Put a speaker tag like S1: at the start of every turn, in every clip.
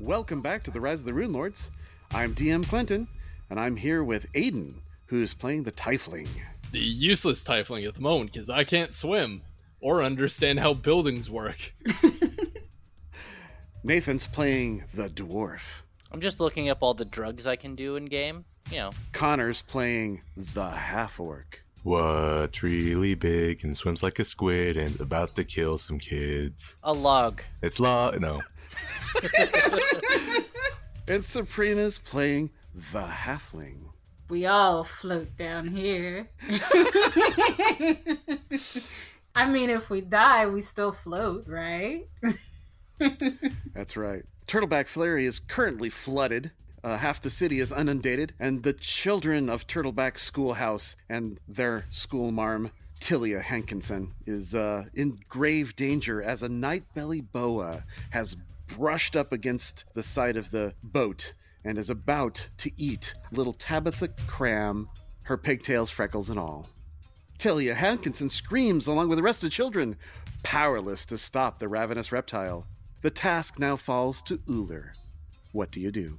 S1: Welcome back to the Rise of the Rune Lords. I'm DM Clinton, and I'm here with Aiden, who's playing the Tiefling.
S2: The useless tiefling at the moment because I can't swim or understand how buildings work.
S1: Nathan's playing the Dwarf.
S3: I'm just looking up all the drugs I can do in game. You know,
S1: Connor's playing the Half Orc.
S4: What's really big and swims like a squid and about to kill some kids?
S3: a log.
S4: It's law. No.
S1: And Sabrina's playing the Halfling.
S5: We all float down here. I mean, if we die, we still float, right?
S1: That's right. Turtleback Flurry is currently flooded. Uh, half the city is inundated, and the children of Turtleback Schoolhouse and their school marm, Tilia Hankinson, is uh, in grave danger as a nightbelly boa has brushed up against the side of the boat and is about to eat little Tabitha Cram, her pigtails, freckles, and all. Tilia Hankinson screams along with the rest of the children, powerless to stop the ravenous reptile. The task now falls to Uller. What do you do?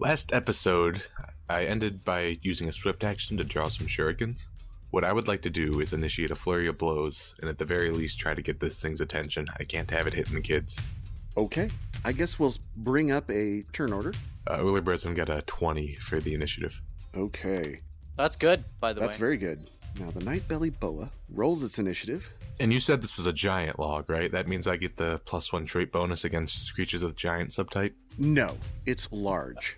S4: Last episode, I ended by using a swift action to draw some shurikens. What I would like to do is initiate a flurry of blows, and at the very least, try to get this thing's attention. I can't have it hitting the kids.
S1: Okay, I guess we'll bring up a turn order.
S4: Uh, Uller Breslin got a 20 for the initiative.
S1: Okay,
S3: That's good, by the
S1: that's
S3: way.
S1: very good. Now the Nightbelly Boa rolls its initiative.
S4: And you said this was a giant log, right? That means I get the plus one trait bonus against creatures of the giant subtype.
S1: No, it's large.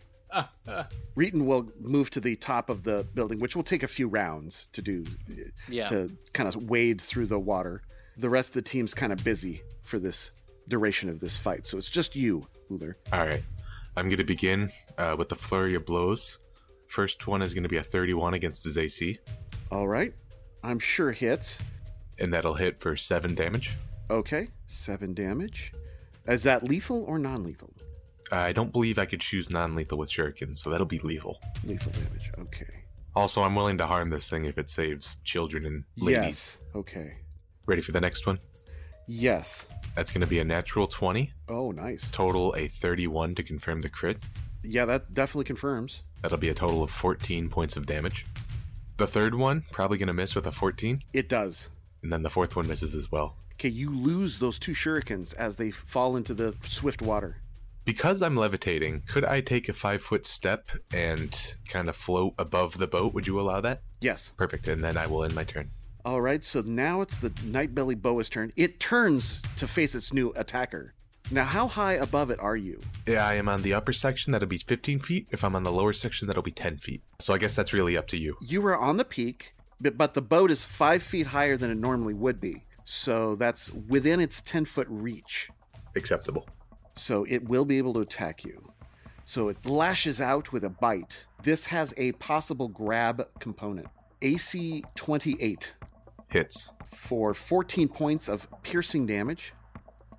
S1: Reeton will move to the top of the building, which will take a few rounds to do
S3: Yeah.
S1: to kind of wade through the water. The rest of the team's kind of busy for this duration of this fight, so it's just you, Uller.
S4: All right. I'm going to begin uh, with the flurry of blows. First one is going to be a 31 against his AC,
S1: All right, I'm sure hits.
S4: and that'll hit for 7 damage.
S1: Okay, seven damage. Is that lethal or non lethal?
S4: I don't believe I could choose non lethal with shuriken, so that'll be lethal.
S1: Lethal damage, okay.
S4: Also, I'm willing to harm this thing if it saves children and
S1: Yes,
S4: ladies.
S1: okay.
S4: Ready for the next one?
S1: Yes.
S4: That's going to be a natural 20,
S1: Oh, nice.
S4: total a 31 to confirm the crit.
S1: Yeah, that definitely confirms.
S4: That'll be a total of 14 points of damage. The third one, probably going to miss with a 14,
S1: It does.
S4: and then the fourth one misses as well.
S1: Okay, you lose those two shurikens as they fall into the swift water.
S4: Because I'm levitating, could I take a five foot step and kind of float above the boat? Would you allow that?
S1: Yes.
S4: Perfect, and then I will end my turn.
S1: All right, so now it's the Nightbelly Boa's turn. It turns to face its new attacker. Now, how high above it are you?
S4: Yeah, I am on the upper section, that'll be 15 feet. If I'm on the lower section, that'll be 10 feet. So I guess that's really up to you.
S1: You were on the peak, but, but the boat is five feet higher than it normally would be. So that's within its 10 foot reach.
S4: Acceptable.
S1: so it will be able to attack you. So it lashes out with a bite. This has a possible grab component. AC 28
S4: Hits.
S1: for 14 points of piercing damage.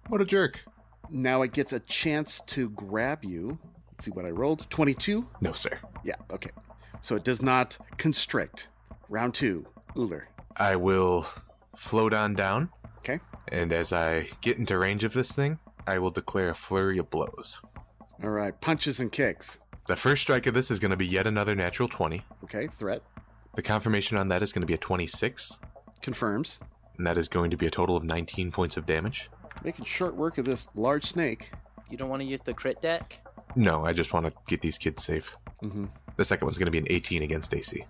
S4: What a jerk.
S1: Now it gets a chance to grab you. Let's see what I rolled. 22?
S4: No, sir.
S1: Yeah, okay. So it does not constrict. Round two, Uller.
S4: I will float on down,
S1: Okay.
S4: and as I get into range of this thing, I will declare a flurry of blows.
S1: All right, punches and kicks.
S4: The first strike of this is going to be yet another natural 20.
S1: Okay, threat
S4: The confirmation on that is going to be a 26,
S1: confirms.
S4: and that is going to be a total of 19 points of damage.
S1: Making short work of this large snake.
S3: You don't want to use the crit deck?
S4: No, I just want to get these kids safe.
S1: hmm
S4: The second one's going to be an 18 against AC.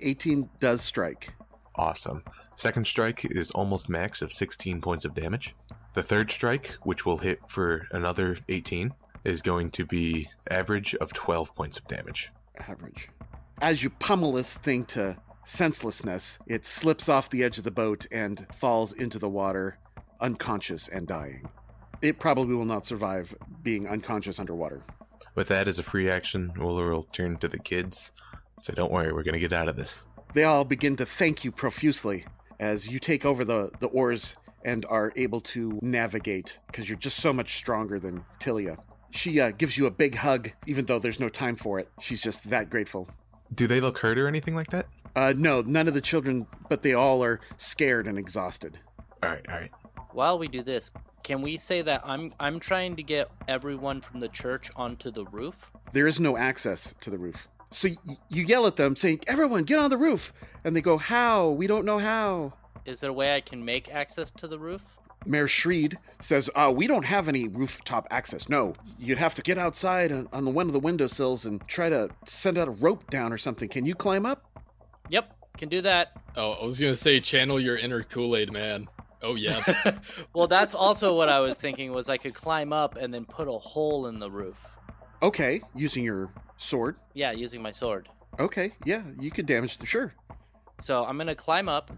S1: 18 does strike.
S4: Awesome. Second strike is almost max of 16 points of damage. The third strike, which will hit for another 18, is going to be average of 12 points of damage.
S1: average. As you pummel this thing to senselessness, it slips off the edge of the boat and falls into the water, unconscious and dying. It probably will not survive being unconscious underwater.
S4: With that as a free action, Uller will turn to the kids. Say, don't worry, we're going to get out of this.
S1: They all begin to thank you profusely as you take over the, the oars and are able to navigate because you're just so much stronger than Tilia. She uh, gives you a big hug, even though there's no time for it. She's just that grateful.
S4: Do they look hurt or anything like that?
S1: Uh, no, none of the children, but they all are scared and exhausted.
S4: All right, all right.
S3: While we do this, Can we say that I'm I'm trying to get everyone from the church onto the roof?
S1: There is no access to the roof. So y- you yell at them saying, Everyone, get on the roof! And they go, How? We don't know how.
S3: Is there a way I can make access to the roof?
S1: Mayor Shreed says, uh, We don't have any rooftop access. No, you'd have to get outside on, on one of the windowsills and try to send out a rope down or something. Can you climb up?
S3: Yep, can do that.
S2: Oh, I was gonna say channel your inner Kool Aid man. Oh yeah,
S3: well, that's also what I was thinking was I could climb up and then put a hole in the roof.
S1: Okay, using your sword.
S3: Yeah, using my sword.
S1: Okay, yeah, you could damage the. Sure.
S3: So I'm gonna climb up.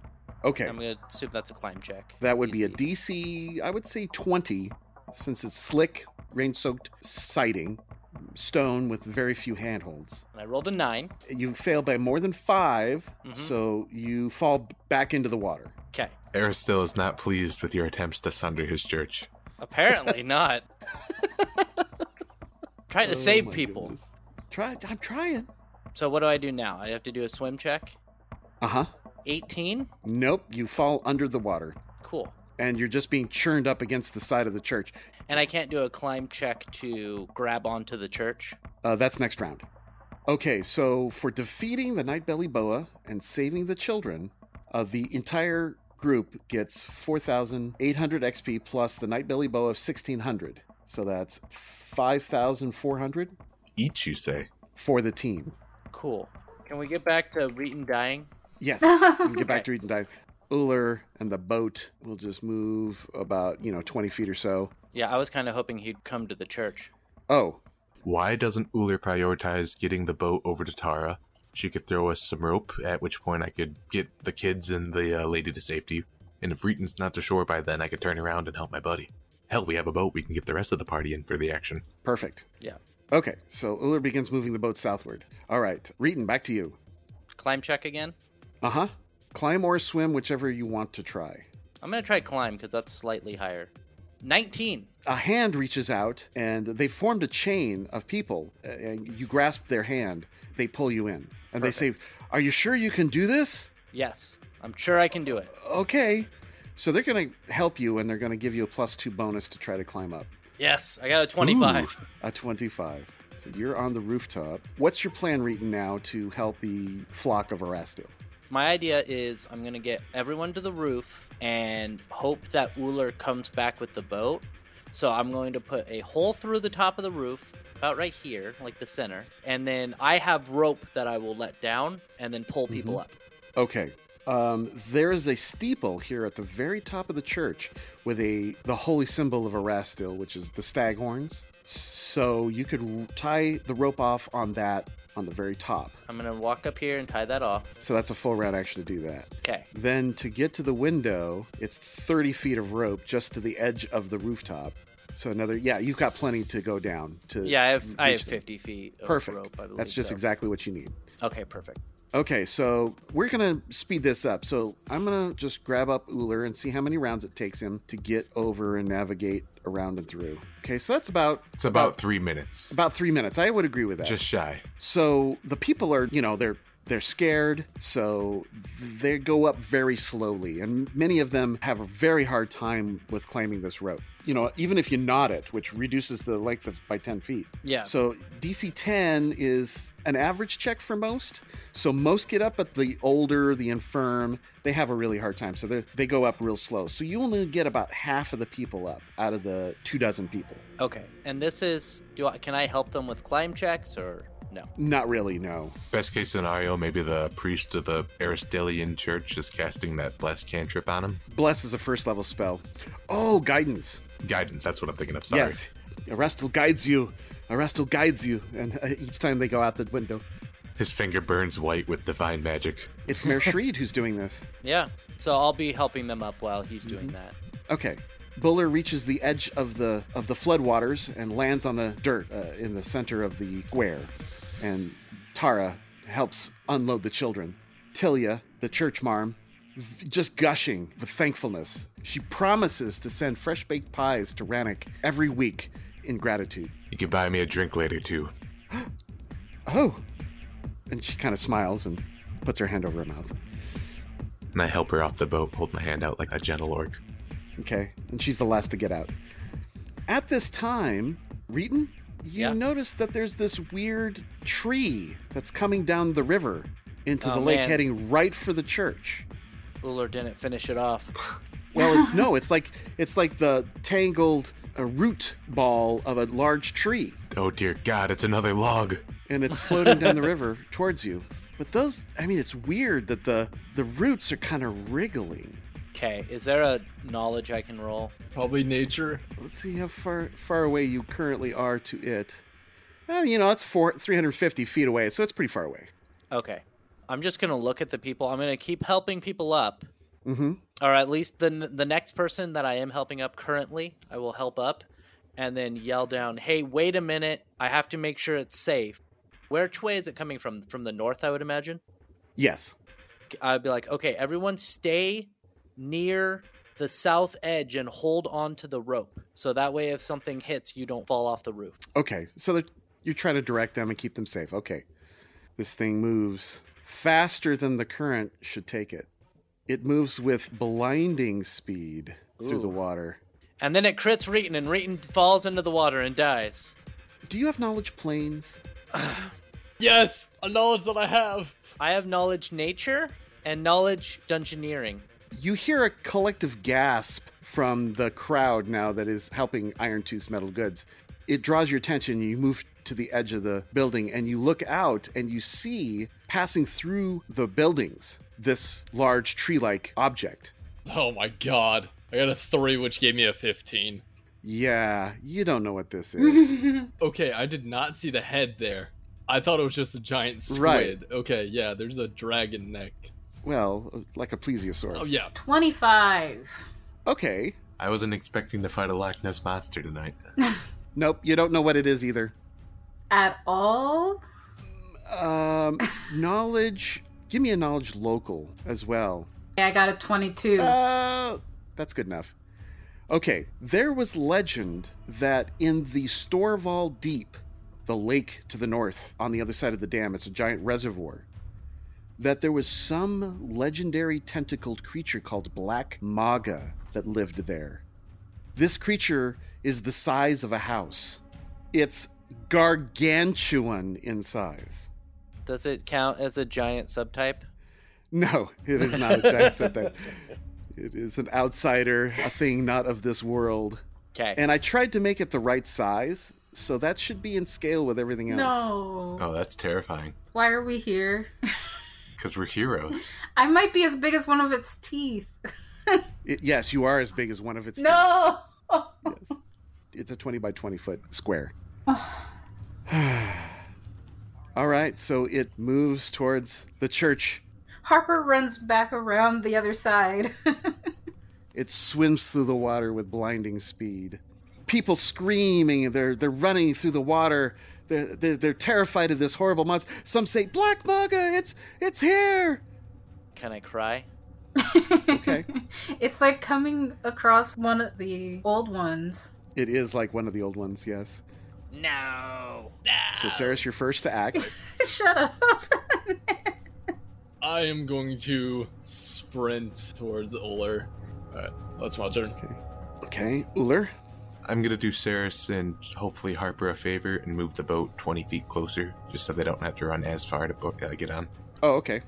S1: Okay.
S3: I'm gonna assume that's a climb check.
S1: That would be a
S3: Easy.
S1: DC, I would say 20, since it's slick, rain soaked siding, stone with very few handholds.
S3: And I rolled a nine.
S1: You fail by more than 5
S3: Mhm.
S1: so you fall back into the water.
S3: Okay.
S4: Aristil is not pleased with your attempts to sunder his church.
S3: Apparently not. Trying to
S1: Oh
S3: save
S1: my
S3: people.
S1: goodness. Try, I'm trying.
S3: So what do I do now? I have to do a swim check.
S1: Uh huh.
S3: 18.
S1: Nope, you fall under the water
S3: Cool.
S1: and you're just being churned up against the side of the church.
S3: And I can't do a climb check to grab onto the church.
S1: Uh, that's next round. Okay, so for defeating the Nightbelly Boa and saving the children, uh, the entire group gets 4,800 XP plus the Nightbelly Boa of 1,600. So that's 5,400
S4: Each, you say?
S1: for the team.
S3: Cool. Can we get back to Reeton dying?
S1: Yes, we can get
S3: Okay.
S1: back to reading time. Uller and the boat will just move about, you know, 20 feet or so.
S3: Yeah, I was kind of hoping he'd come to the church.
S1: Oh,
S4: Why doesn't Uller prioritize getting the boat over to Tara? She could throw us some rope, at which point I could get the kids and the uh, lady to safety. And if Reeton's not to shore by then, I could turn around and help my buddy. Hell, we have a boat. We can get the rest of the party in for the action.
S1: perfect.
S3: Yeah.
S1: Okay, so Uller begins moving the boat southward. All right, Reeton, back to you.
S3: Climb check again?
S1: Uh huh. Climb or swim, whichever you want to try.
S3: I'm going to try climb because that's slightly higher. 19.
S1: A hand reaches out, and they formed a chain of people. uh, And you grasp their hand, they pull you in, and they say, "Are you sure you can do this?"
S3: Yes, I'm sure I can do it.
S1: Okay. So they're going to help you, and they're going to give you a plus two bonus to try to climb up.
S3: Yes, I got a 25.
S1: A twenty-five. So you're on the rooftop. What's your plan, Reeton, now to help the flock of Arastil?
S3: My idea is I'm gonna get everyone to the roof and hope that Uller comes back with the boat. So I'm going to put a hole through the top of the roof, about right here, like the center, and then I have rope that I will let down and then pull
S1: Mm-hmm.
S3: people up.
S1: Okay. Um, there is a steeple here at the very top of the church with a the holy symbol of Erastil, which is the stag horns. So you could r- tie the rope off on that on the very top.
S3: I'm gonna walk up here and tie that off.
S1: So that's a full round action to do that.
S3: Okay.
S1: Then to get to the window, it's 30 feet of rope just to the edge of the rooftop. So another, yeah, you've got plenty to go down to.
S3: Yeah, I have, I have
S1: reach them.
S3: 50 feet of
S1: Perfect.
S3: rope. I believe
S1: That's just
S3: so.
S1: exactly what you need.
S3: Okay, perfect.
S1: Okay, so we're gonna speed this up. So I'm gonna just grab up Uller and see how many rounds it takes him to get over and navigate around and through. Okay, so that's about
S4: It's about three minutes.
S1: about three minutes. I would agree with that.
S4: Just shy.
S1: so the people are, you know, they're they're scared, so they go up very slowly, and many of them have a very hard time with climbing this rope. You know, even if you knot it, which reduces the length of by ten feet.
S3: Yeah.
S1: So DC 10 is an average check for most. So most get up, but the older, the infirm, they have a really hard time. So they they go up real slow. So you only get about half of the people up out of the two dozen people.
S3: Okay. And this is do I can I help them with climb checks or no?
S1: Not really, no.
S4: Best case scenario, maybe the priest of the Aristelian church is casting that blessed cantrip on him.
S1: Bless is a first level spell. Oh, guidance.
S4: Guidance, that's what I'm thinking of. Sorry.
S1: Yes. Arrestal guides you. Arrestal guides you. And uh, each time they go out the window,
S4: His finger burns white with divine magic.
S1: it's Mayor Shreed who's doing this.
S3: Yeah. So I'll be helping them up while he's doing
S1: Mm-hmm.
S3: that.
S1: Okay. Buller reaches the edge of the of the floodwaters and lands on the dirt uh, in the center of the square, and Tara helps unload the children. Tilia, the church marm, v- just gushing with thankfulness. She promises to send fresh baked pies to Rannick every week in gratitude.
S4: You could buy me a drink later, too.
S1: Oh, and she kind of smiles and puts her hand over her mouth.
S4: and I help her off the boat, hold my hand out like a gentle orc.
S1: Okay, and she's the last to get out. At this time, Reeton, you
S3: Yeah.
S1: notice that there's this weird tree that's coming down the river into
S3: Oh,
S1: the lake,
S3: man.
S1: heading right for the church.
S3: Uller didn't finish it off.
S1: Well, it's no, it's like it's like the tangled uh, root ball of a large tree,
S4: Oh dear God, it's another log.
S1: and it's floating down the river towards you. But those, I mean, it's weird that the the roots are kind of wriggling.
S3: Okay, is there a knowledge I can roll?
S2: Probably nature.
S1: Let's see how far far away you currently are to it. Well, you know, that's four, 350 feet away, so it's pretty far away.
S3: Okay. I'm just going to look at the people. I'm going to keep helping people up.
S1: Mm-hmm.
S3: Or at least the n- the next person that I am helping up currently, I will help up and then yell down, "Hey, wait a minute. I have to make sure it's safe." Where which way is it coming from? From the north, I would imagine.
S1: Yes.
S3: I'd be like, "Okay, everyone stay near the south edge and hold on to the rope. So that way if something hits, you don't fall off the roof."
S1: Okay. So that you're trying to direct them and keep them safe. Okay. This thing moves faster than the current should take it. It moves with blinding speed through the
S3: Ooh.
S1: water.
S3: And then it crits Reeton and Reeton falls into the water and dies.
S1: Do you have knowledge planes?
S2: Yes, a knowledge that I have.
S3: I have knowledge nature and knowledge dungeoneering.
S1: You hear a collective gasp from the crowd now that is helping Iron Tooth's metal goods. It draws your attention. You move to the edge of the building and you look out and you see passing through the buildings this large tree like object.
S2: Oh my god. I got a 3, which gave me a 15.
S1: Yeah, you don't know what this is.
S2: Okay, I did not see the head there. I thought it was just a giant squid.
S1: Right.
S2: Okay, yeah, there's a dragon neck.
S1: well, like a plesiosaurus.
S2: Oh, yeah.
S5: 25.
S1: Okay.
S4: I wasn't expecting to fight a Loch Ness monster tonight.
S1: Nope, you don't know what it is either.
S5: At all?
S1: Um, knowledge. Give me a knowledge local as well.
S5: Yeah, I got a 22.
S1: Uh, that's good enough. Okay, there was legend that in the Storval Deep, the lake to the north on the other side of the dam, it's a giant reservoir, that there was some legendary tentacled creature called Black Maga that lived there. This creature is the size of a house. It's gargantuan in size.
S3: Does it count as a giant subtype?
S1: No, it is not a giant septet. It is an outsider, a thing not of this world.
S3: Okay.
S1: And I tried to make it the right size, so that should be in scale with everything else.
S5: no.
S4: Oh, that's terrifying.
S5: Why are we here?
S4: Because we're heroes.
S5: I might be as big as one of its teeth.
S1: It- yes, you are as big as one of its.
S5: No!
S1: teeth, yes. It's a 20 by 20 foot square. All right, so it moves towards the church.
S5: Harper runs back around the other side.
S1: It swims through the water with blinding speed. People screaming, they're, they're running through the water. They're, they're, they're terrified of this horrible monster. Some say, Black Maga, it's, it's here!
S3: Can I cry?
S1: Okay.
S5: it's like coming across one of the old ones.
S1: it is like one of the old ones, yes.
S3: No.
S1: So, Saris, you're first to act.
S5: Shut up.
S2: I am going to sprint towards Uller. Alright, that's my turn.
S1: Okay, Uller.
S4: I'm gonna do Saris and hopefully Harper a favor and move the boat 20 feet closer, just so they don't have to run as far to boat, uh, get on.
S1: Oh, okay.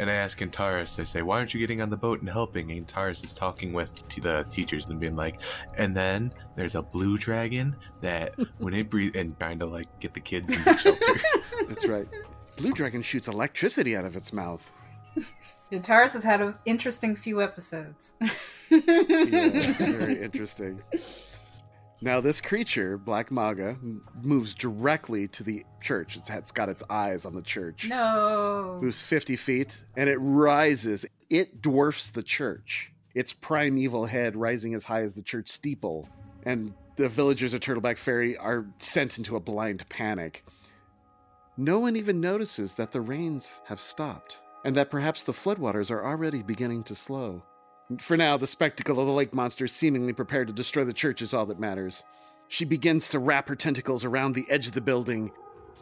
S4: And I ask Antares, I say, why aren't you getting on the boat and helping? And Antares is talking with t- the teachers and being like, and then there's a blue dragon that when it breathes, and trying to like get the kids into shelter.
S1: That's right. Blue Dragon shoots electricity out of its mouth.
S5: Guitarist has had an interesting few episodes.
S1: Yeah, very interesting. Now, this creature, Black Maga, m- moves directly to the church. It's, it's got its eyes on the church.
S5: no.
S1: moves 50 feet and it rises. It dwarfs the church, its primeval head rising as high as the church steeple. And the villagers of Turtleback Ferry are sent into a blind panic. No one even notices that the rains have stopped and that perhaps the floodwaters are already beginning to slow. For now, the spectacle of the lake monster seemingly prepared to destroy the church is all that matters. She begins to wrap her tentacles around the edge of the building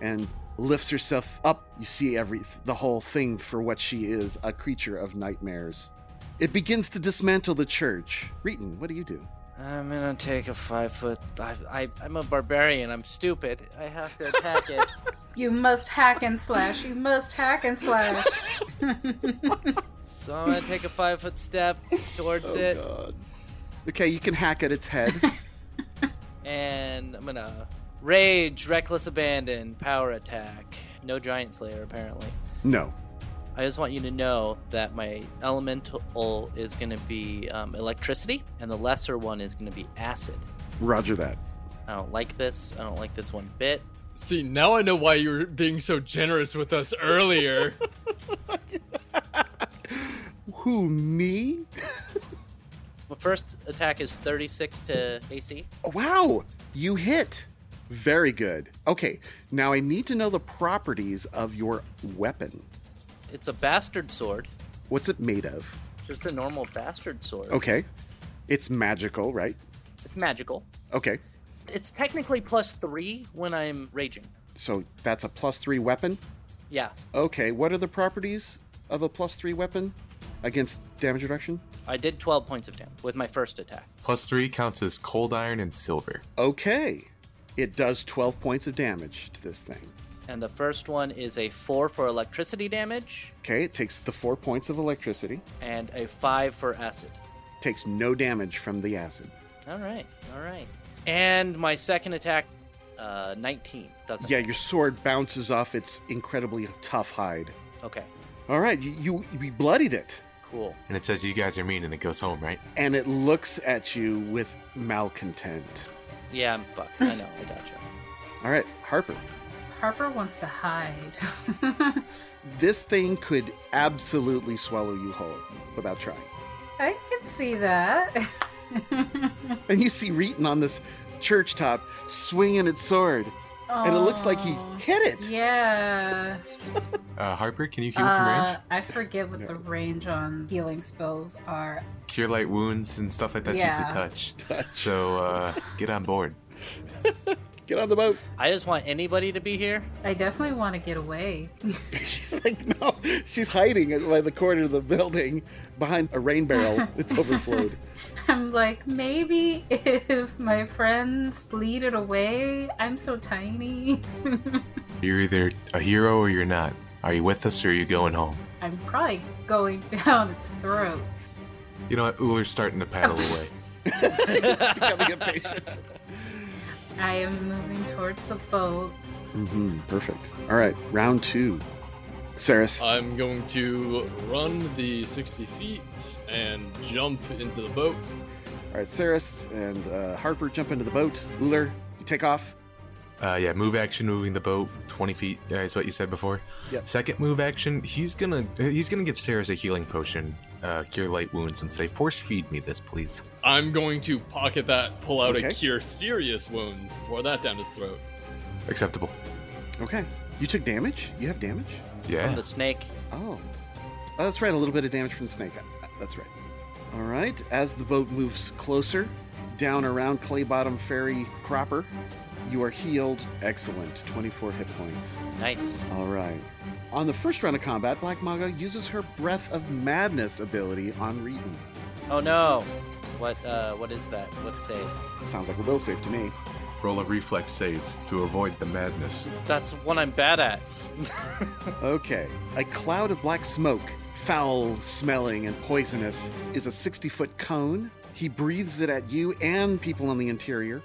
S1: and lifts herself up. You see every the whole thing for what she is, a creature of nightmares. It begins to dismantle the church. Reeton, what do you do?
S3: I'm gonna take a five foot. I, I, I'm a barbarian. I'm stupid. I have to attack it.
S5: You must hack and slash. You must hack and slash.
S3: so I'm gonna take a five foot step towards it,
S1: Oh, God. Okay, you can hack at its head.
S3: and I'm gonna rage, reckless abandon, power attack. No giant slayer apparently.
S1: no.
S3: I just want you to know that my elemental is going to be um, electricity, and the lesser one is going to be acid.
S1: Roger that.
S3: I don't like this. I don't like this one bit.
S2: See, now I know why you were being so generous with us earlier.
S1: Who, me?
S3: My first attack is 36 to AC.
S1: Wow, you hit. Very good. Okay, now I need to know the properties of your weapon.
S3: It's a bastard sword,
S1: What's it made of?
S3: just a normal bastard sword.
S1: Okay. It's magical, right?
S3: It's magical.
S1: Okay.
S3: It's technically plus three when I'm raging.
S1: So that's a plus three weapon.
S3: Yeah,
S1: Okay, what are the properties of a plus three weapon against damage reduction?
S3: I did 12 points of damage with my first attack.
S4: Plus three counts as cold iron and silver.
S1: Okay. It does 12 points of damage to this thing.
S3: And the first one is a four for electricity damage
S1: Okay, it takes the four points of electricity,
S3: and a five for acid.
S1: takes no damage from the acid.
S3: All right, all right. And my second attack, uh, 19 doesn't.
S1: Yeah, your sword bounces off its incredibly tough hide.
S3: Okay,
S1: All right, you, you, you bloodied it.
S3: cool.
S4: And it says you guys are mean and it goes home, right?
S1: And it looks at you with malcontent.
S3: Yeah, I'm fucked. I know. I gotcha.
S1: All right, Harper.
S5: Harper wants to hide.
S1: This thing could absolutely swallow you whole without trying.
S5: I can see that.
S1: And you see Reeton on this church top swinging its sword, and it looks like he
S5: Aw.
S1: hit it.
S5: Yeah.
S4: Uh, Harper, can you heal from
S5: Uh,
S4: range?
S5: I forget what the range on healing spells are.
S4: Cure light wounds and stuff like that's
S5: Yeah.
S4: just a touch.
S1: Touch.
S4: So uh, get on board.
S1: Get on the boat.
S3: I just want anybody to be here.
S5: I definitely want to get away.
S1: She's like, no. She's hiding by the corner of the building behind a rain barrel. It's overflowed.
S5: I'm like, maybe if my friends lead it away, I'm so tiny.
S4: You're either a hero or you're not. Are you with us or are you going home?
S5: I'm probably going down its throat.
S4: You know what? Uler's starting to paddle away.
S1: It's becoming impatient.
S5: I am moving towards the boat.
S1: Mm-hmm, perfect. All right, round two. Saris.
S2: I'm going to run the 60 feet and jump into the boat.
S1: All right, Saris and uh, Harper jump into the boat. Uller, you take off.
S4: Uh, yeah, move action, moving the boat 20 feet. Uh, is what you said before.
S1: Yep.
S4: Second move action, he's gonna he's gonna give Sarah's a healing potion, uh, cure light wounds, and say, "Force feed me this, please."
S2: I'm going to pocket that, pull out a
S1: Okay.
S2: cure serious wounds, pour that down his throat.
S4: Acceptable.
S1: Okay. You took damage? You have damage?
S3: From
S4: Yeah.
S3: the snake.
S1: Oh. Oh, that's right. A little bit of damage from the snake. Uh, That's right. All right. As the boat moves closer, down around Clay Bottom Ferry proper, you are healed. Excellent. 24 hit points.
S3: Nice.
S1: All right. On the first round of combat, Black Maga uses her Breath of Madness ability on Reeton.
S3: Oh no. What? Uh, what is that? What save?
S1: Sounds like a will save to me.
S4: Roll a reflex save to avoid the madness.
S3: That's one I'm bad at.
S1: Okay. A cloud of black smoke, foul smelling and poisonous, is a 60 foot cone. He breathes it at you and people on the interior.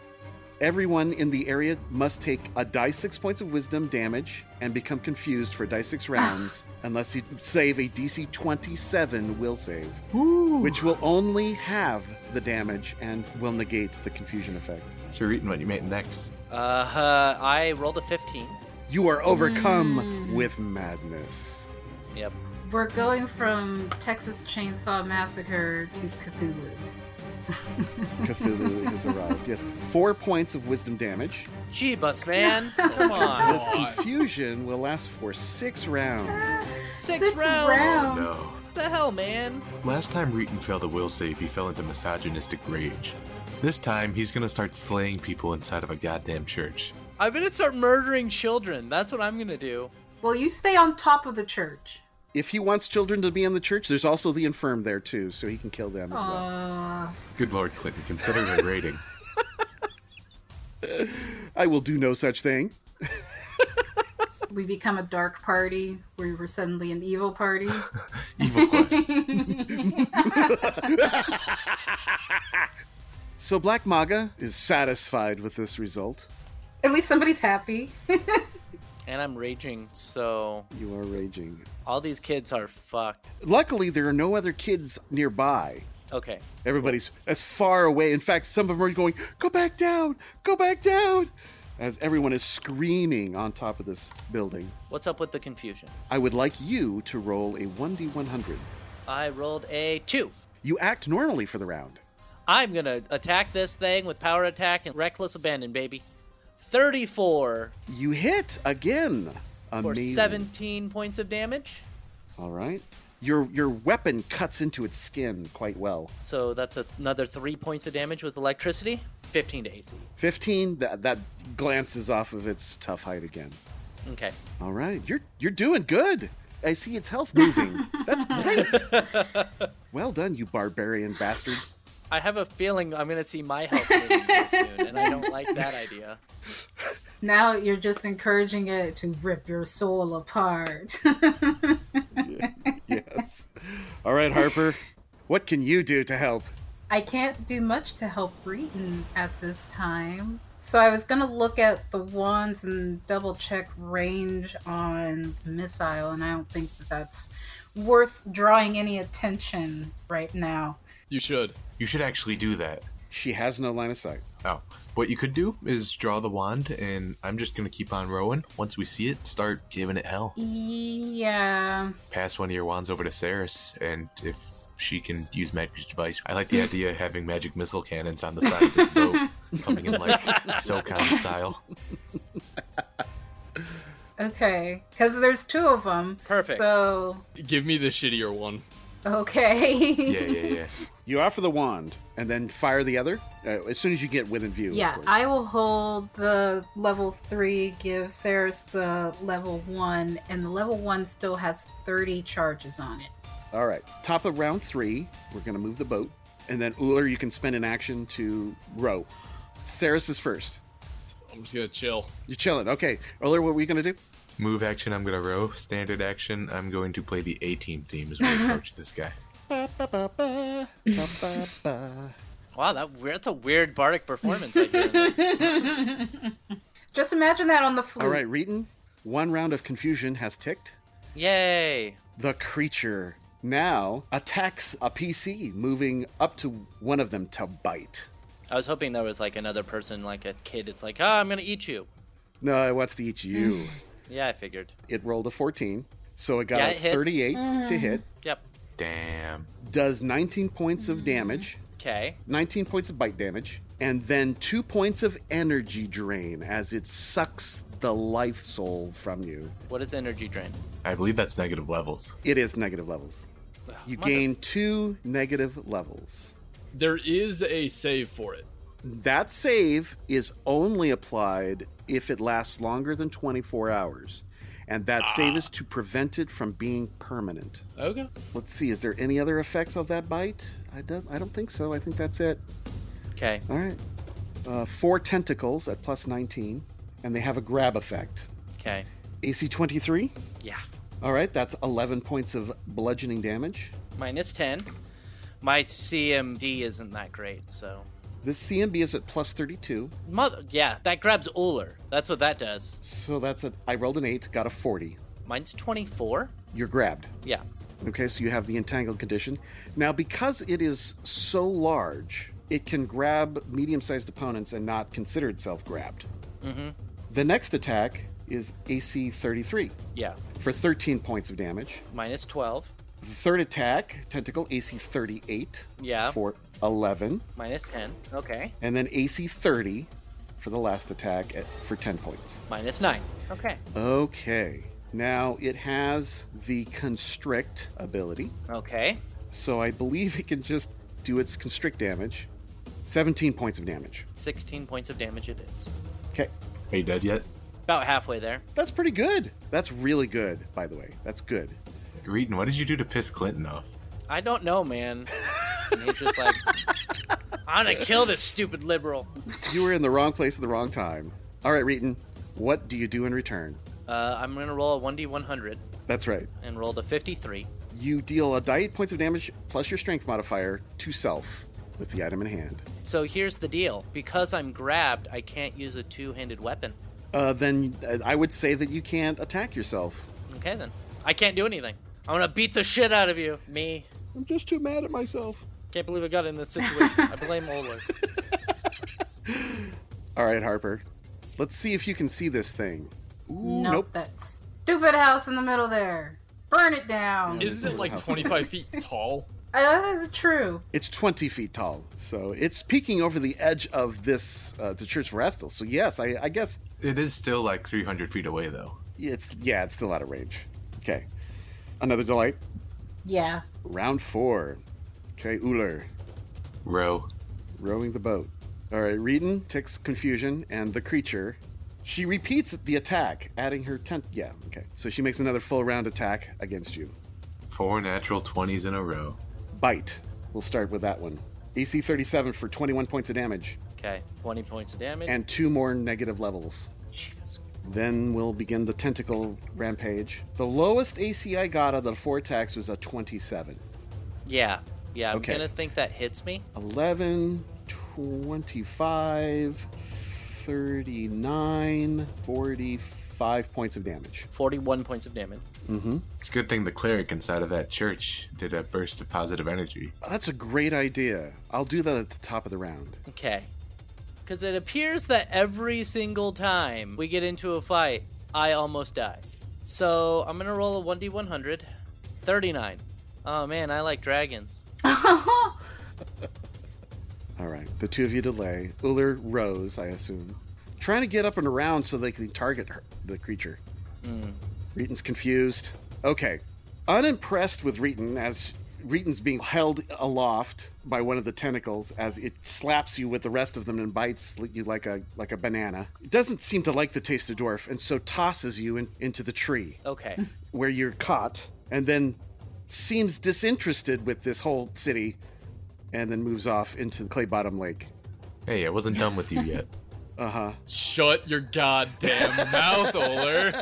S1: Everyone in the area must take a die six points of wisdom damage and become confused for die six rounds unless you save a DC 27 will save, which will only have the damage and will negate the confusion effect.
S4: So, Reeton, what you made next?
S3: uh, uh, I rolled a 15.
S1: You are overcome
S5: Mm.
S1: with madness.
S3: Yep.
S5: We're going from Texas Chainsaw Massacre to Cthulhu.
S1: Cthulhu has arrived. Yes, four points of wisdom damage.
S3: Jeebus, man. Come on.
S1: This confusion will last for six rounds.
S3: Six,
S5: Six
S3: rounds.
S5: rounds.
S4: No.
S3: What the hell, man?
S4: Last time Reeton failed a will save, he fell into misogynistic rage. This time, he's gonna start slaying people inside of a goddamn church.
S3: I'm gonna start murdering children. That's what I'm gonna do.
S5: Well, you stay on top of the church.
S1: If he wants children to be in the church, there's also the infirm there too, so he can kill them as well.
S5: Aw.
S4: Good Lord, Clinton, consider the rating.
S1: I will do no such thing.
S5: we become a dark party where we're suddenly an evil party.
S4: Evil Quest.
S1: So Black Maga is satisfied with this result.
S5: At least somebody's happy.
S3: And I'm raging, so
S1: You are raging.
S3: all these kids are fucked.
S1: Luckily, there are no other kids nearby.
S3: Okay.
S1: Everybody's as far away. In fact, some of them are going, "Go back down! Go back down!" As everyone is screaming on top of this building.
S3: What's up with the confusion?
S1: I would like you to roll a 1d100.
S3: I rolled a two.
S1: You act normally for the round.
S3: I'm gonna attack this thing with power attack and reckless abandon, baby. 34
S1: You hit again.
S3: for
S1: Amazing.
S3: 17 points of damage.
S1: All right. Your your weapon cuts into its skin quite well.
S3: So that's another three points of damage with electricity. 15 to AC.
S1: 15 that that glances off of its tough hide again.
S3: Okay.
S1: All right. You're you're doing good. I see its health moving. That's great. well done, you barbarian bastard.
S3: I have a feeling I'm gonna see my health moving here soon, and I don't like that idea.
S5: now you're just encouraging it to rip your soul apart.
S1: Yes. All right, Harper. What can you do to help?
S5: I can't do much to help Reeton at this time. So I was gonna look at the wands and double check range on the missile, and I don't think that that's worth drawing any attention right now.
S2: You should.
S4: You should actually do that.
S1: She has no line of sight.
S4: Oh, what you could do is draw the wand, and I'm just gonna keep on rowing. Once we see it, start giving it hell.
S5: Yeah,
S4: Pass one of your wands over to Saris, and if she can use magic device, I like the idea of having magic missile cannons on the side of this boat, coming in like SOCOM style.
S5: okay, because there's two of them.
S3: Perfect.
S5: So
S2: Give me the shittier one.
S5: okay,
S4: Yeah, yeah, yeah.
S1: You offer the wand and then fire the other uh, as soon as you get within view. of
S5: Yeah,
S1: course.
S5: I will hold the level three, give Saris the level one, and the level one still has 30 charges on it.
S1: All right. Top of round three, we're going to move the boat. And then, Uller, you can spend an action to row. Saris is first.
S2: I'm just gonna chill.
S1: You're chilling. Okay. Uller, what were you going to do?
S4: Move action, I'm gonna row. Standard action, I'm going to play the A team theme as we approach this guy.
S1: Ba-ba-ba, ba-ba-ba.
S3: Wow, that weir- that's a weird bardic performance I did.
S5: Just imagine that on the flute.
S1: All right, Reeton, one round of confusion has ticked.
S3: Yay!
S1: The creature now attacks a PC, moving up to one of them to bite.
S3: I was hoping there was like another person, like a kid. It's like, ah, I'm gonna eat you.
S1: No, it wants to eat you.
S3: Yeah, I figured.
S1: it rolled a 14, so it got
S3: Yeah,
S1: a
S3: it hits.
S1: 38 to hit.
S3: Yep.
S4: Damn.
S1: Does 19 points of damage.
S3: Okay.
S1: 19 points of bite damage, and then two points of energy drain as it sucks the life soul from you.
S3: What is energy drain?
S4: I believe that's negative levels.
S1: It is negative levels. You
S3: mother-
S1: gain two negative levels.
S2: There is a save for it.
S1: That save is only applied if it lasts longer than 24 hours, and that
S3: Ah.
S1: save is to prevent it from being permanent.
S2: Okay.
S1: Let's see, is there any other effects of that bite? I don't, I don't think so. I think that's it.
S3: Okay.
S1: All right. Uh, four tentacles at plus 19, and they have a grab effect.
S3: Okay.
S1: AC 23.
S3: Yeah.
S1: All right, that's 11 points of bludgeoning damage.
S3: Minus ten. My CMD isn't that great, so.
S1: This CMB is at plus 32,
S3: Mother, yeah, that grabs Uller. That's what that does.
S1: so that's a. I rolled an 8, got a 40.
S3: Mine's 24.
S1: You're grabbed.
S3: Yeah.
S1: Okay, so you have the entangled condition. Now, because it is so large, it can grab medium sized opponents and not consider itself grabbed. The next attack is AC 33
S3: Yeah.
S1: for 13 points of damage.
S3: Minus 12.
S1: The third attack, tentacle AC 38
S3: Yeah.
S1: for 11,
S3: Minus 10. Okay.
S1: and then AC 30 for the last attack at, for 10 points.
S3: Minus 9. Okay.
S1: Okay. Now it has the constrict ability,
S3: Okay.
S1: so I believe it can just do its constrict damage. 17 points of damage.
S3: 16 points of damage it is.
S1: Okay.
S4: Are you dead yet?
S3: About halfway there.
S1: That's pretty good. That's really good, by the way. That's good.
S4: Reeton, what did you do to piss Clinton off?
S3: I don't know, man. And he's just like, I'm gonna kill this stupid liberal.
S1: You were in the wrong place at the wrong time. All right, Reeton, what do you do in return?
S3: Uh, I'm gonna roll a 1d100
S1: That's right.
S3: and roll a 53.
S1: You deal a die eight points of damage plus your strength modifier to self with the item in hand.
S3: So here's the deal because I'm grabbed, I can't use a two handed weapon.
S1: Uh, then uh, I would say that you can't attack yourself.
S3: Okay, then. I can't do anything. I'm gonna beat the shit out of you. Me.
S1: I'm just too mad at myself.
S3: Can't believe I got in this situation. I blame Oler.
S1: All right, Harper. Let's see if you can see this thing. Ooh,
S5: nope, that stupid house in the middle there. Burn it down.
S1: Yeah.
S2: Isn't it like 25 feet tall?
S5: Uh, true.
S1: It's 20 feet tall, so it's peeking over the edge of this, uh, the Church of Rastel. So, yes, I, I guess
S4: It is still like 300 feet away, though.
S1: it's, yeah, it's still out of range. Okay. Another delight.
S5: Yeah.
S1: Round four. Okay, Uller,
S4: Row.
S1: rowing the boat. All right, Reedon takes confusion and the creature. She repeats the attack, adding her 10. Yeah, okay. So she makes another full round attack against you.
S4: Four natural 20s in a row.
S1: Bite. We'll start with that one. AC 37 for 21 points of damage
S3: Okay, 20 points of damage.
S1: and two more negative levels.
S3: Jesus.
S1: Then we'll begin the tentacle rampage. The lowest AC I got out of the four attacks was a 27.
S3: Yeah, yeah, I'm
S1: Okay.
S3: gonna think that hits me.
S1: 11, 25, 39, 45 points of damage.
S3: 41 points of damage.
S1: Mm-hmm.
S4: It's a good thing the cleric inside of that church did a burst of positive energy.
S1: That's a great idea. I'll do that at the top of the round.
S3: Okay. Because it appears that every single time we get into a fight, I almost die. So I'm gonna roll a 1d100. 39. Oh man, I like dragons.
S1: All right, the two of you delay. Uller rose, I assume, trying to get up and around so they can target her, the creature. Reeton's confused. Okay, unimpressed with Reeton as Reeton's being held aloft by one of the tentacles as it slaps you with the rest of them and bites you like a like a banana. It doesn't seem to like the taste of dwarf and so tosses you in, into the tree
S3: Okay.
S1: where you're caught and then seems disinterested with this whole city and then moves off into the clay bottom lake
S4: Hey, I wasn't done with you yet.
S1: uh-huh
S2: Shut your goddamn mouth, Oler.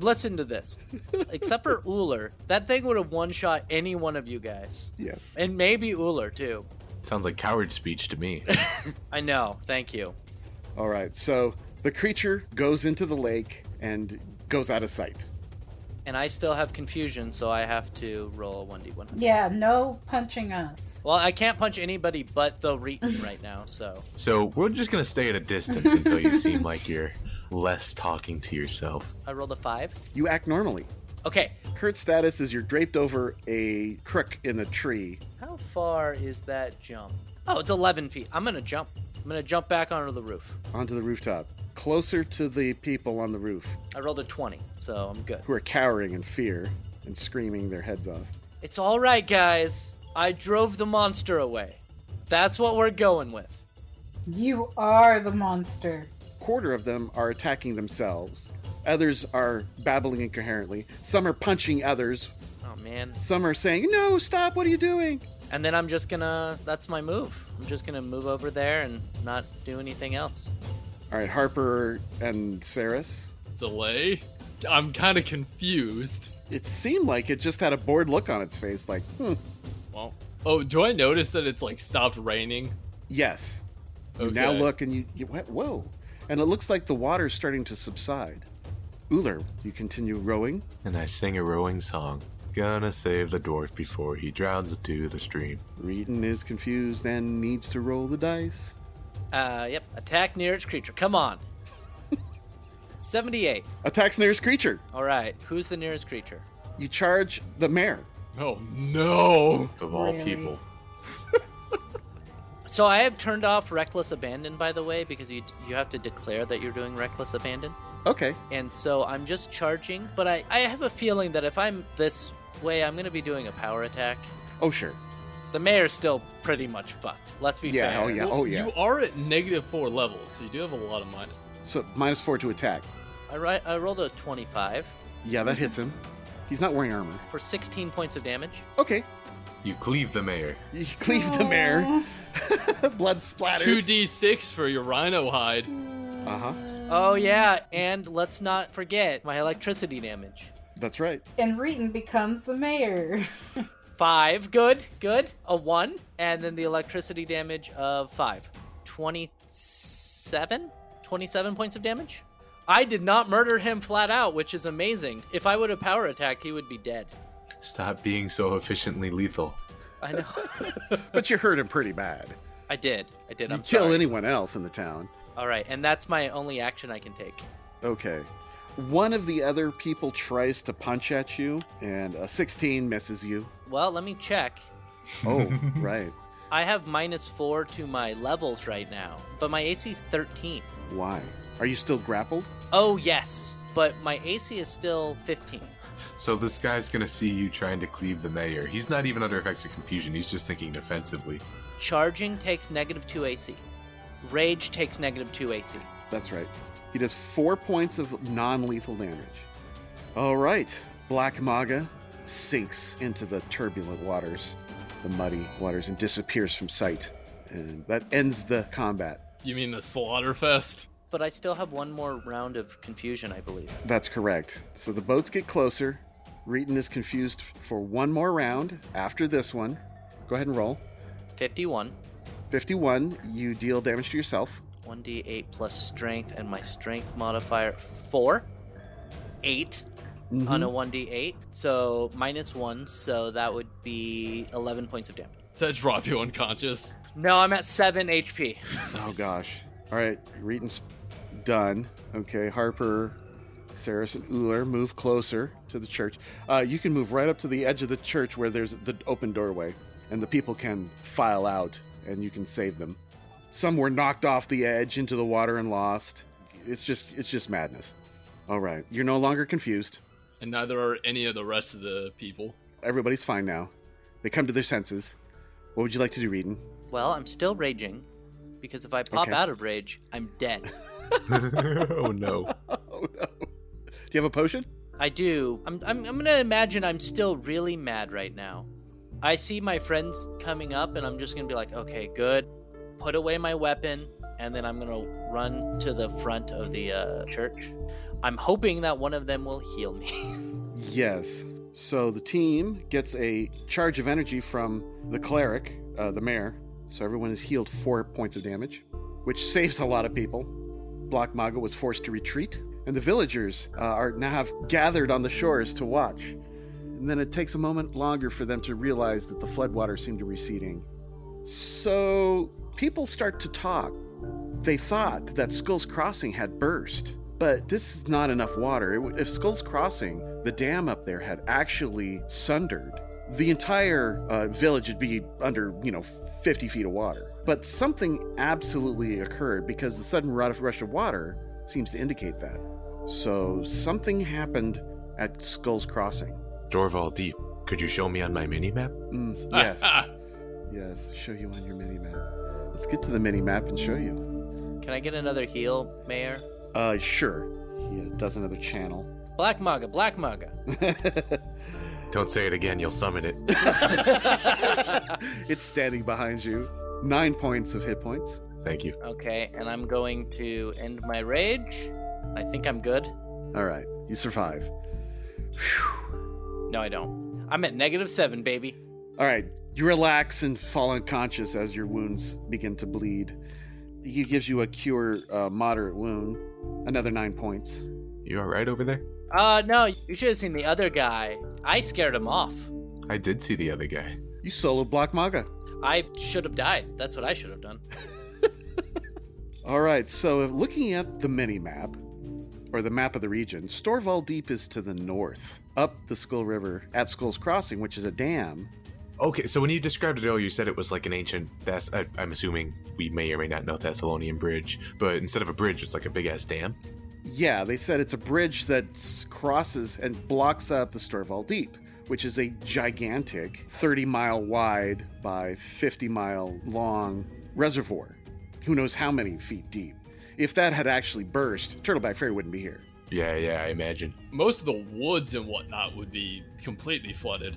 S3: Listen to this. Except for Uller, that thing would have one shot any one of you guys.
S1: yes
S3: And maybe Uller too.
S4: Sounds like coward speech to me.
S3: I know, thank you.
S1: all right so the creature goes into the lake and goes out of sight
S3: And I still have confusion, so I have to roll a 1d100.
S5: Yeah, no punching us.
S3: Well, I can't punch anybody but the Reeton right now, so.
S4: So we're just gonna stay at a distance until you seem like you're less talking to yourself.
S3: I rolled a 5.
S1: you act normally
S3: Okay,
S1: current status is you're draped over a crook in the tree
S3: how far is that jump? Oh, it's 11 feet. I'm gonna jump. I'm gonna jump back onto the roof.
S1: onto the rooftop closer to the people on the roof
S3: I rolled a 20, so I'm good.
S1: who are cowering in fear and screaming their heads off
S3: It's alright, guys. I drove the monster away. That's what we're going with.
S5: You are the monster.
S1: quarter of them are attacking themselves. Others are babbling incoherently. Some are punching others.
S3: Oh, man.
S1: Some are saying, No, stop, what are you doing?
S3: And then I'm just gonna. That's my move. I'm just gonna move over there and not do anything else.
S1: All right, Harper and Saris.
S2: Delay? I'm kind of confused.
S1: It seemed like it just had a bored look on its face, like, Hmm,
S2: Well, oh, do I notice that it's like stopped raining?
S1: yes. You now
S2: Okay.
S1: look and you, you, went, Whoa. And it looks like the water's starting to subside. Uller, you continue rowing.
S4: And I sing a rowing song. Gonna save the dwarf before he drowns into the stream.
S1: Reeton is confused and needs to roll the dice.
S3: Uh, yep. Attack nearest creature. Come on. 78.
S1: Attacks nearest creature.
S3: Alright, who's the nearest creature?
S1: You charge the mare.
S2: Oh no!
S4: Of all
S5: Really?
S4: people.
S3: So I have turned off reckless abandon, by the way, because you you have to declare that you're doing reckless abandon,
S1: Okay.
S3: and so I'm just charging. But I I have a feeling that if I'm this way, I'm gonna be doing a power attack.
S1: Oh, sure.
S3: The mayor's still pretty much fucked. Let's be
S1: Yeah,
S3: fair.
S1: oh yeah, oh yeah.
S2: You are at negative four levels, so you do have a lot of minuses.
S1: So minus four to attack.
S3: I, ri- I rolled a 25
S1: Yeah, that hits him. He's not wearing armor.
S3: for 16 points of damage.
S1: Okay.
S4: You cleave the mayor.
S1: You cleave the mare. Blood splatters.
S2: Two D six for your rhino hide.
S1: Uh-huh.
S3: Oh, yeah, and let's not forget my electricity damage.
S1: That's right.
S5: And Reeton becomes the mayor.
S3: Five, good, good. A one, and then the electricity damage of five. 27? 27 points of damage? I did not murder him flat out, which is amazing. If I would have power attacked, he would be dead.
S4: Stop being so efficiently lethal.
S3: I know.
S1: But you hurt him pretty bad.
S3: I did. I did.
S1: you
S3: I'm
S1: kill
S3: sorry.
S1: anyone else in the town.
S3: All right, and that's my only action I can take.
S1: Okay. One of the other people tries to punch at you, and a 16 misses you.
S3: Well, let me check.
S1: Oh, right.
S3: I have minus four to my levels right now, but my AC is 13.
S1: Why? Are you still grappled?
S3: Oh, yes, but my AC is still 15.
S4: So this guy's gonna see you trying to cleave the mayor. He's not even under effects of confusion. He's just thinking defensively.
S3: Charging takes negative 2 AC. Rage takes negative 2 AC.
S1: That's right. He does four points of non lethal damage. All right. Black Maga sinks into the turbulent waters, the muddy waters, and disappears from sight. And that ends the combat.
S2: You mean the slaughter fest?
S3: But I still have one more round of confusion, I believe.
S1: That's correct. So the boats get closer. Reeton is confused for one more round after this one. Go ahead and roll.
S3: 51.
S1: 51, you deal damage to yourself.
S3: 1d8 plus strength, and my strength modifier 4. 8
S1: Mhm.
S3: on a 1d8. So minus 1, so that would be 11 points of damage.
S2: Did I drop you unconscious?
S3: No, I'm at 7 HP.
S1: Oh gosh. All right, Reeton's done. Okay, Harper, Saris, and Uller move closer to the church. Uh, you can move right up to the edge of the church where there's the open doorway, and the people can file out, and you can save them. Some were knocked off the edge into the water and lost. It's just it's just madness. All right, you're no longer confused.
S2: And neither are any of the rest of the people.
S1: Everybody's fine now. They come to their senses. What would you like to do, Reeton?
S3: Well, I'm still raging because if I pop
S1: Okay.
S3: out of rage, I'm dead.
S4: oh no.
S1: Oh no. Do you have a potion?
S3: I do. I'm, I'm, I'm gonna imagine I'm still really mad right now. I see my friends coming up, and I'm just gonna be like, okay, good. Put away my weapon, and then I'm gonna run to the front of the uh, church. I'm hoping that one of them will heal me.
S1: Yes. So the team gets a charge of energy from the cleric, uh, the mayor. So everyone is healed four points of damage, which saves a lot of people. Black Maga was forced to retreat, and the villagers uh, are now have gathered on the shores to watch. And then it takes a moment longer for them to realize that the floodwaters seem to be receding. So people start to talk. They thought that Skull's Crossing had burst, but this is not enough water. It w- If Skull's Crossing, the dam up there, had actually sundered, the entire uh, village would be under, you know, 50 feet of water. But something absolutely occurred because the sudden ru- rush of water seems to indicate that. So something happened at Skull's Crossing.
S4: Dorval Deep, could you show me on my minimap?
S1: Mm, yes, yes, show you on your mini map. Let's get to the mini map and show you.
S3: Can I get another heal, Mayor?
S1: Uh, sure. He does another channel.
S3: Black Maga, Black Maga.
S4: Don't say it again, you'll summon it.
S1: it's standing behind you. Nine points of hit points.
S4: Thank you.
S3: Okay, and I'm going to end my rage. I think I'm good.
S1: All right, you survive.
S3: No, I don't. I'm at negative seven, baby.
S1: All right, you relax and fall unconscious as your wounds begin to bleed. He gives you a cure uh, moderate wound, another nine points.
S4: You alright over there?
S3: Uh, no, you should have seen the other guy. I scared him off.
S4: I did see the other guy.
S1: You solo block Maga.
S3: I should have died. That's what I should have done.
S1: All right, so if looking at the mini map, or the map of the region, Storval Deep is to the north, up the Skull River at Skull's Crossing, which is a dam.
S4: Okay, so when you described it earlier, you said it was like an ancient. That's I, I'm assuming we may or may not know Thessalonian bridge, but instead of a bridge, it's like a big ass dam.
S1: Yeah, they said it's a bridge that s- crosses and blocks up the Storval Deep, which is a gigantic 30 mile wide by 50 mile long reservoir. Who knows how many feet deep? If that had actually burst, Turtleback Ferry wouldn't be here.
S4: Yeah, yeah, I imagine.
S2: Most of the woods and whatnot would be completely flooded.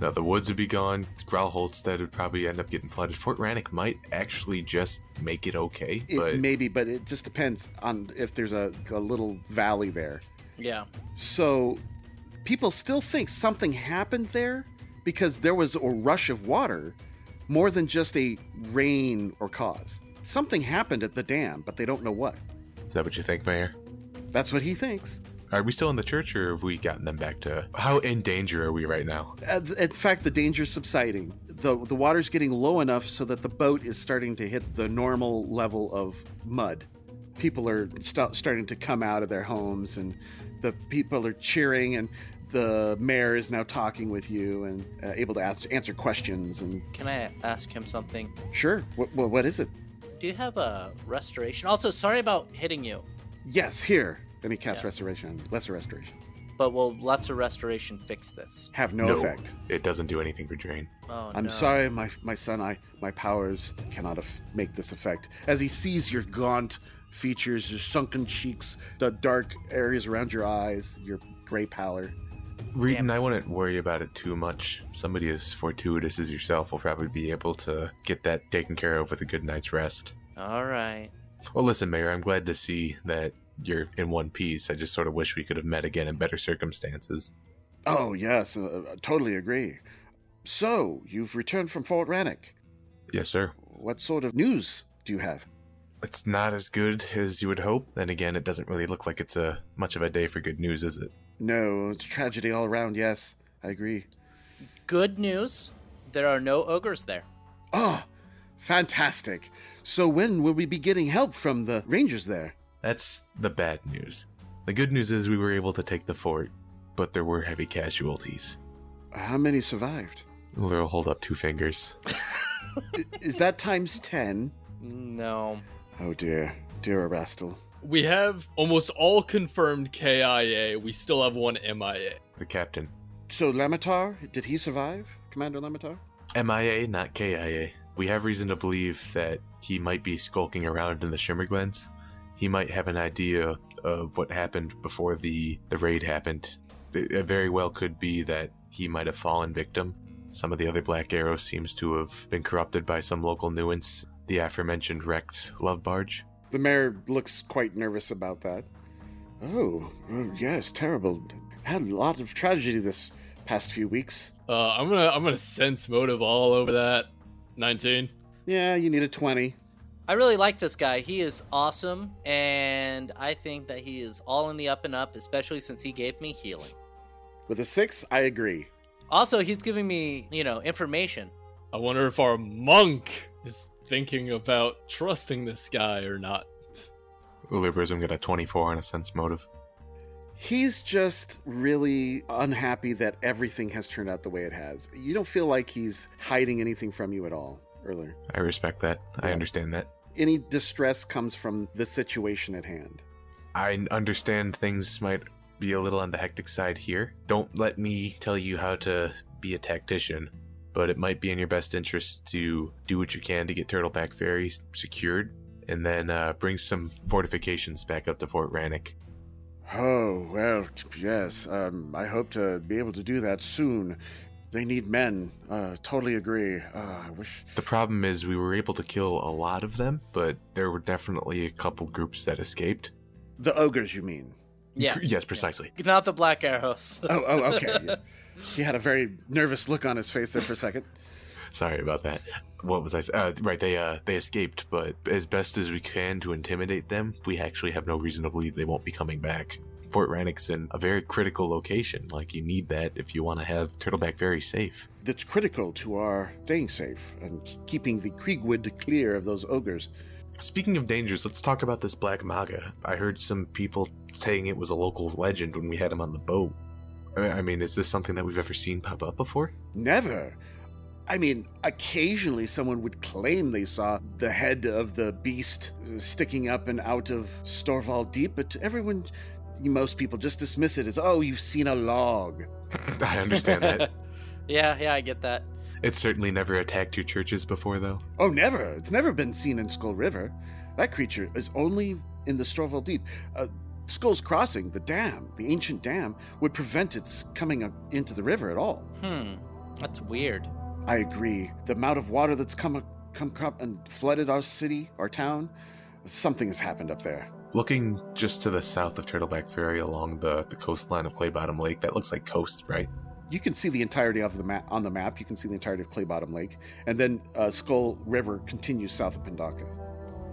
S4: Now the woods would be gone. Growlholstead would probably end up getting flooded. Fort Rannick might actually just make it okay,
S1: It
S4: but
S1: maybe, but it just depends on if there's a, a little valley there.
S3: Yeah.
S1: So people still think something happened there because there was a rush of water more than just a rain or cause. Something happened at the dam, but they don't know what.
S4: is that what you think, Mayor?
S1: That's what he thinks.
S4: Are we still in the church, or have we gotten them back to how in danger are we right now?
S1: Uh, th- In fact, the danger's subsiding. The, the water's getting low enough so that the boat is starting to hit the normal level of mud. People are st- starting to come out of their homes, and the people are cheering, and the mayor is now talking with you and uh, able to ask, answer questions. And
S3: Can I ask him something?
S1: sure, what, what, what is it?
S3: Do you have a restoration? Also, sorry about hitting you,
S1: Yes, here. Then he casts
S3: Yeah.
S1: restoration on you. Lesser restoration.
S3: but will lots of restoration fix this?
S1: Have no,
S4: No.
S1: effect.
S4: It doesn't do anything for Drain.
S3: Oh,
S1: I'm
S3: no.
S1: sorry, my my son. I my powers cannot af- make this effect. As he sees your gaunt features, your sunken cheeks, the dark areas around your eyes, your gray pallor.
S4: Reedon, I wouldn't worry about it too much. Somebody as fortuitous as yourself will probably be able to get that taken care of with a good night's rest.
S3: All right.
S4: Well, listen, Mayor, I'm glad to see that you're in one piece. I just sort of wish we could have met again in better circumstances.
S1: Oh yes, uh, uh, totally agree. So you've returned from Fort Rannoch.
S4: Yes, sir.
S1: What sort of news do you have?
S4: It's not as good as you would hope. Then again, it doesn't really look like it's a much of a day for good news, is it?
S1: No, it's tragedy all around. Yes, I agree.
S3: Good news. There are no ogres there.
S1: Oh, fantastic. So when will we be getting help from the rangers there?
S4: That's the bad news. The good news is we were able to take the fort, but there were heavy casualties.
S1: How many survived?
S4: Lil hold up two fingers.
S1: I- Is that times ten?
S3: No.
S1: Oh dear, dear Arastal.
S2: We have almost all confirmed KIA. We still have one MIA.
S4: The captain.
S1: So Lamatar, did he survive, Commander Lamatar?
S4: MIA, not KIA. We have reason to believe that he might be skulking around in the Shimmer Glens. He might have an idea of what happened before the, the raid happened. It, it very well could be that he might have fallen victim. Some of the other Black Arrow seems to have been corrupted by some local nuance. The aforementioned wrecked love barge.
S1: The mayor looks quite nervous about that. Oh, oh, yes, terrible. Had a lot of tragedy this past few weeks.
S2: Uh, I'm gonna I'm gonna sense motive all over that. Nineteen.
S1: Yeah, you need a twenty.
S3: I really like this guy. He is awesome, and I think that he is all in the up and up, especially since he gave me healing.
S1: With a six, I agree.
S3: Also, he's giving me, you know, information.
S2: I wonder if our monk is thinking about trusting this guy or not.
S4: Ulibrism got a 24 on a sense motive.
S1: He's just really unhappy that everything has turned out the way it has. You don't feel like he's hiding anything from you at all earlier.
S4: I respect that. I
S1: Yeah.
S4: understand that.
S1: Any distress comes from the situation at hand.
S4: I understand things might be a little on the hectic side here. Don't let me tell you how to be a tactician, but it might be in your best interest to do what you can to get Turtleback Ferry secured and then uh, bring some fortifications back up to Fort Rannoch.
S1: Oh, well, yes. Um, I hope to be able to do that soon. They need men. Uh, totally agree. Uh, I wish.
S4: The problem is we were able to kill a lot of them, but there were definitely a couple groups that escaped.
S1: The ogres, you mean?
S3: Yeah.
S4: Yes, precisely.
S3: Not the black arrows.
S1: Oh, oh, okay. yeah. He had a very nervous look on his face there for a second.
S4: Sorry about that. What was I? s- Uh, right, they uh, they escaped, but as best as we can to intimidate them, we actually have no reason to believe they won't be coming back. Fort Rannick's in a very critical location. Like you need that if you want to have Turtleback very safe.
S1: That's critical to our staying safe and keeping the Kriegwood clear of those ogres.
S4: Speaking of dangers, let's talk about this Black Maga. I heard some people saying it was a local legend when we had him on the boat. I I mean, is this something that we've ever seen pop up before?
S1: Never. I mean, occasionally someone would claim they saw the head of the beast uh, sticking up and out of Storval Deep, but everyone, most people just dismiss it as, oh, you've seen a log.
S4: I understand that.
S3: yeah, yeah, I get that.
S4: It's certainly never attacked your churches before, though.
S1: Oh, never. It's never been seen in Skull River. That creature is only in the Storval Deep. Uh, Skull's Crossing, the dam, the ancient dam, would prevent its coming up into the river at all.
S3: Hmm. That's weird.
S1: I agree. The amount of water that's come come up and flooded our city, our town, something has happened up there.
S4: Looking just to the south of Turtleback Ferry along the, the coastline of Clay Bottom Lake, that looks like coast, right?
S1: You can see the entirety of the map on the map. You can see the entirety of Clay Bottom Lake, and then uh, Skull River continues south of Pendaka.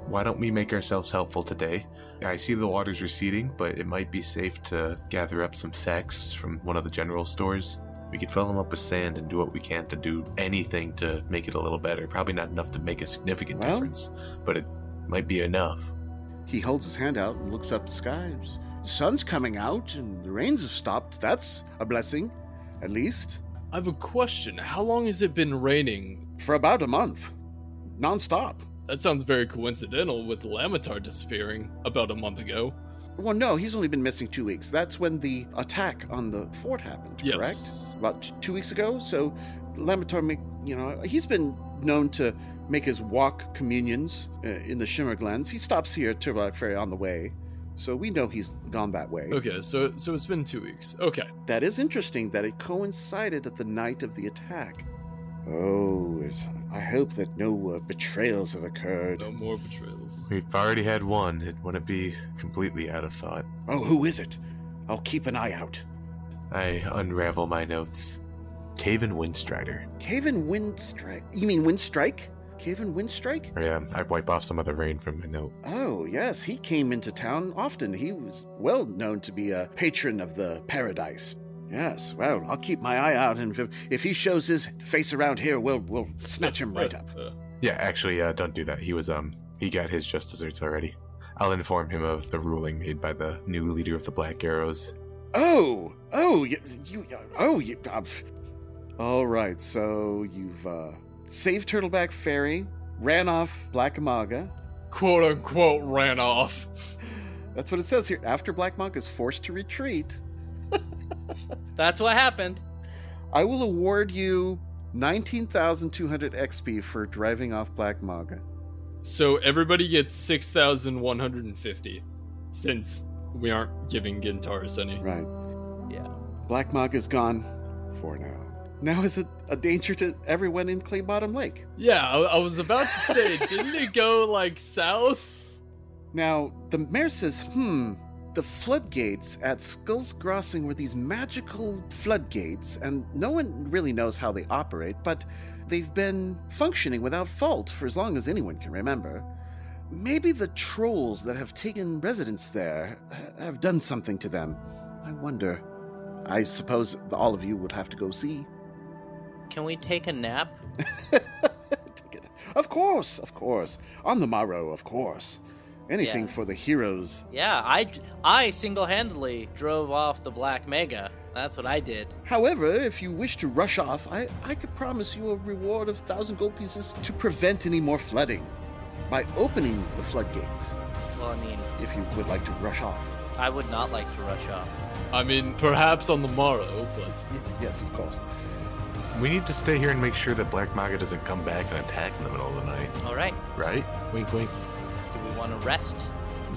S4: Why don't we make ourselves helpful today? I see the water's receding, but it might be safe to gather up some sacks from one of the general stores. We could fill them up with sand and do what we can to do anything to make it a little better. Probably not enough to make a significant
S1: Well-
S4: difference, but it might be enough.
S1: He holds his hand out and looks up the skies. The sun's coming out and the rains have stopped. That's a blessing, at least.
S2: I have a question. How long has it been raining?
S1: For about a month. Nonstop.
S2: That sounds very coincidental with Lamitar disappearing about a month ago.
S1: Well, no, he's only been missing two weeks. That's when the attack on the fort happened,
S2: Yes.
S1: correct? About t- two weeks ago. So, Lamatar, make, you know, he's been known to make his walk communions uh, in the Shimmer Glens. He stops here at Turbock Ferry on the way. So we know he's gone that way.
S2: Okay, so so it's been two weeks. Okay.
S1: That is interesting that it coincided at the night of the attack. Oh, it, I hope that no uh, betrayals have occurred.
S2: No more betrayals.
S4: We've already had one. It wouldn't be completely out of thought.
S1: Oh, who is it? I'll keep an eye out.
S4: I unravel my notes. Taven Windstrider.
S1: Caven Windstrike. You mean Windstrike? Caven Windstrike?
S4: Yeah, I wipe off some of the rain from my note.
S1: Oh, yes, he came into town often. He was well known to be a patron of the paradise. Yes, well, I'll keep my eye out, and if, if he shows his face around here, we'll we'll snatch him right up.
S2: Uh,
S4: Yeah, actually, uh, don't do that. He was um, he got his just desserts already. I'll inform him of the ruling made by the new leader of the Black Arrows.
S1: Oh, oh, you, you oh, you. Uh, pff. All right, so you've uh, saved Turtleback Ferry, ran off Black Maga.
S2: quote unquote ran off.
S1: That's what it says here. After Black Maga is forced to retreat,
S3: That's what happened.
S1: I will award you 19,200 XP for driving off Black Maga.
S2: So everybody gets six thousand one hundred and fifty, since we aren't giving Gintaris any.
S1: Right.
S3: Yeah.
S1: Black Maga is gone for now. Now is it a danger to everyone in Clay Bottom Lake?
S2: Yeah, I, I was about to say, didn't it go like south?
S1: Now, the mayor says, hmm, the floodgates at Skull's Crossing were these magical floodgates, and no one really knows how they operate, but they've been functioning without fault for as long as anyone can remember. Maybe the trolls that have taken residence there ha- have done something to them. I wonder. I suppose all of you would have to go see.
S3: Can we take a nap?
S1: Take it. Of course, of course. On the morrow, of course. Anything
S3: Yeah.
S1: for the heroes
S3: Yeah, I, I single handedly drove off the Black Mega. That's what I did.
S1: However, if you wish to rush off, I, I could promise you a reward of 1,000 gold pieces to prevent any more flooding by opening the floodgates
S3: Well, I mean,
S1: if you would like to rush off.
S3: I would not like to rush off.
S2: I mean, perhaps on the morrow, but
S1: Y- yes, of course.
S4: We need to stay here and make sure that Black Maga doesn't come back and attack in the middle of the night,
S3: All right.
S4: right? Wink, wink.
S3: Do we want to rest?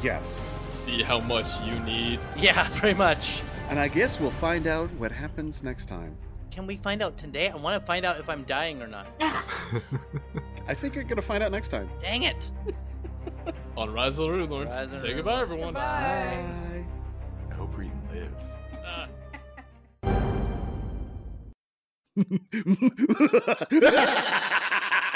S1: Yes.
S2: see how much you need.
S3: Yeah, pretty much.
S1: And I guess we'll find out what happens next time.
S3: Can we find out today? I want to find out if I'm dying or not.
S1: I think you're going to find out next time.
S3: Dang it.
S2: On Rise of the Rune Lords,
S3: Rise of the
S2: say
S3: Rune
S2: goodbye,
S3: Lords.
S2: everyone.
S5: Bye.
S4: I hope Reed lives.
S2: Ah.
S1: Bye.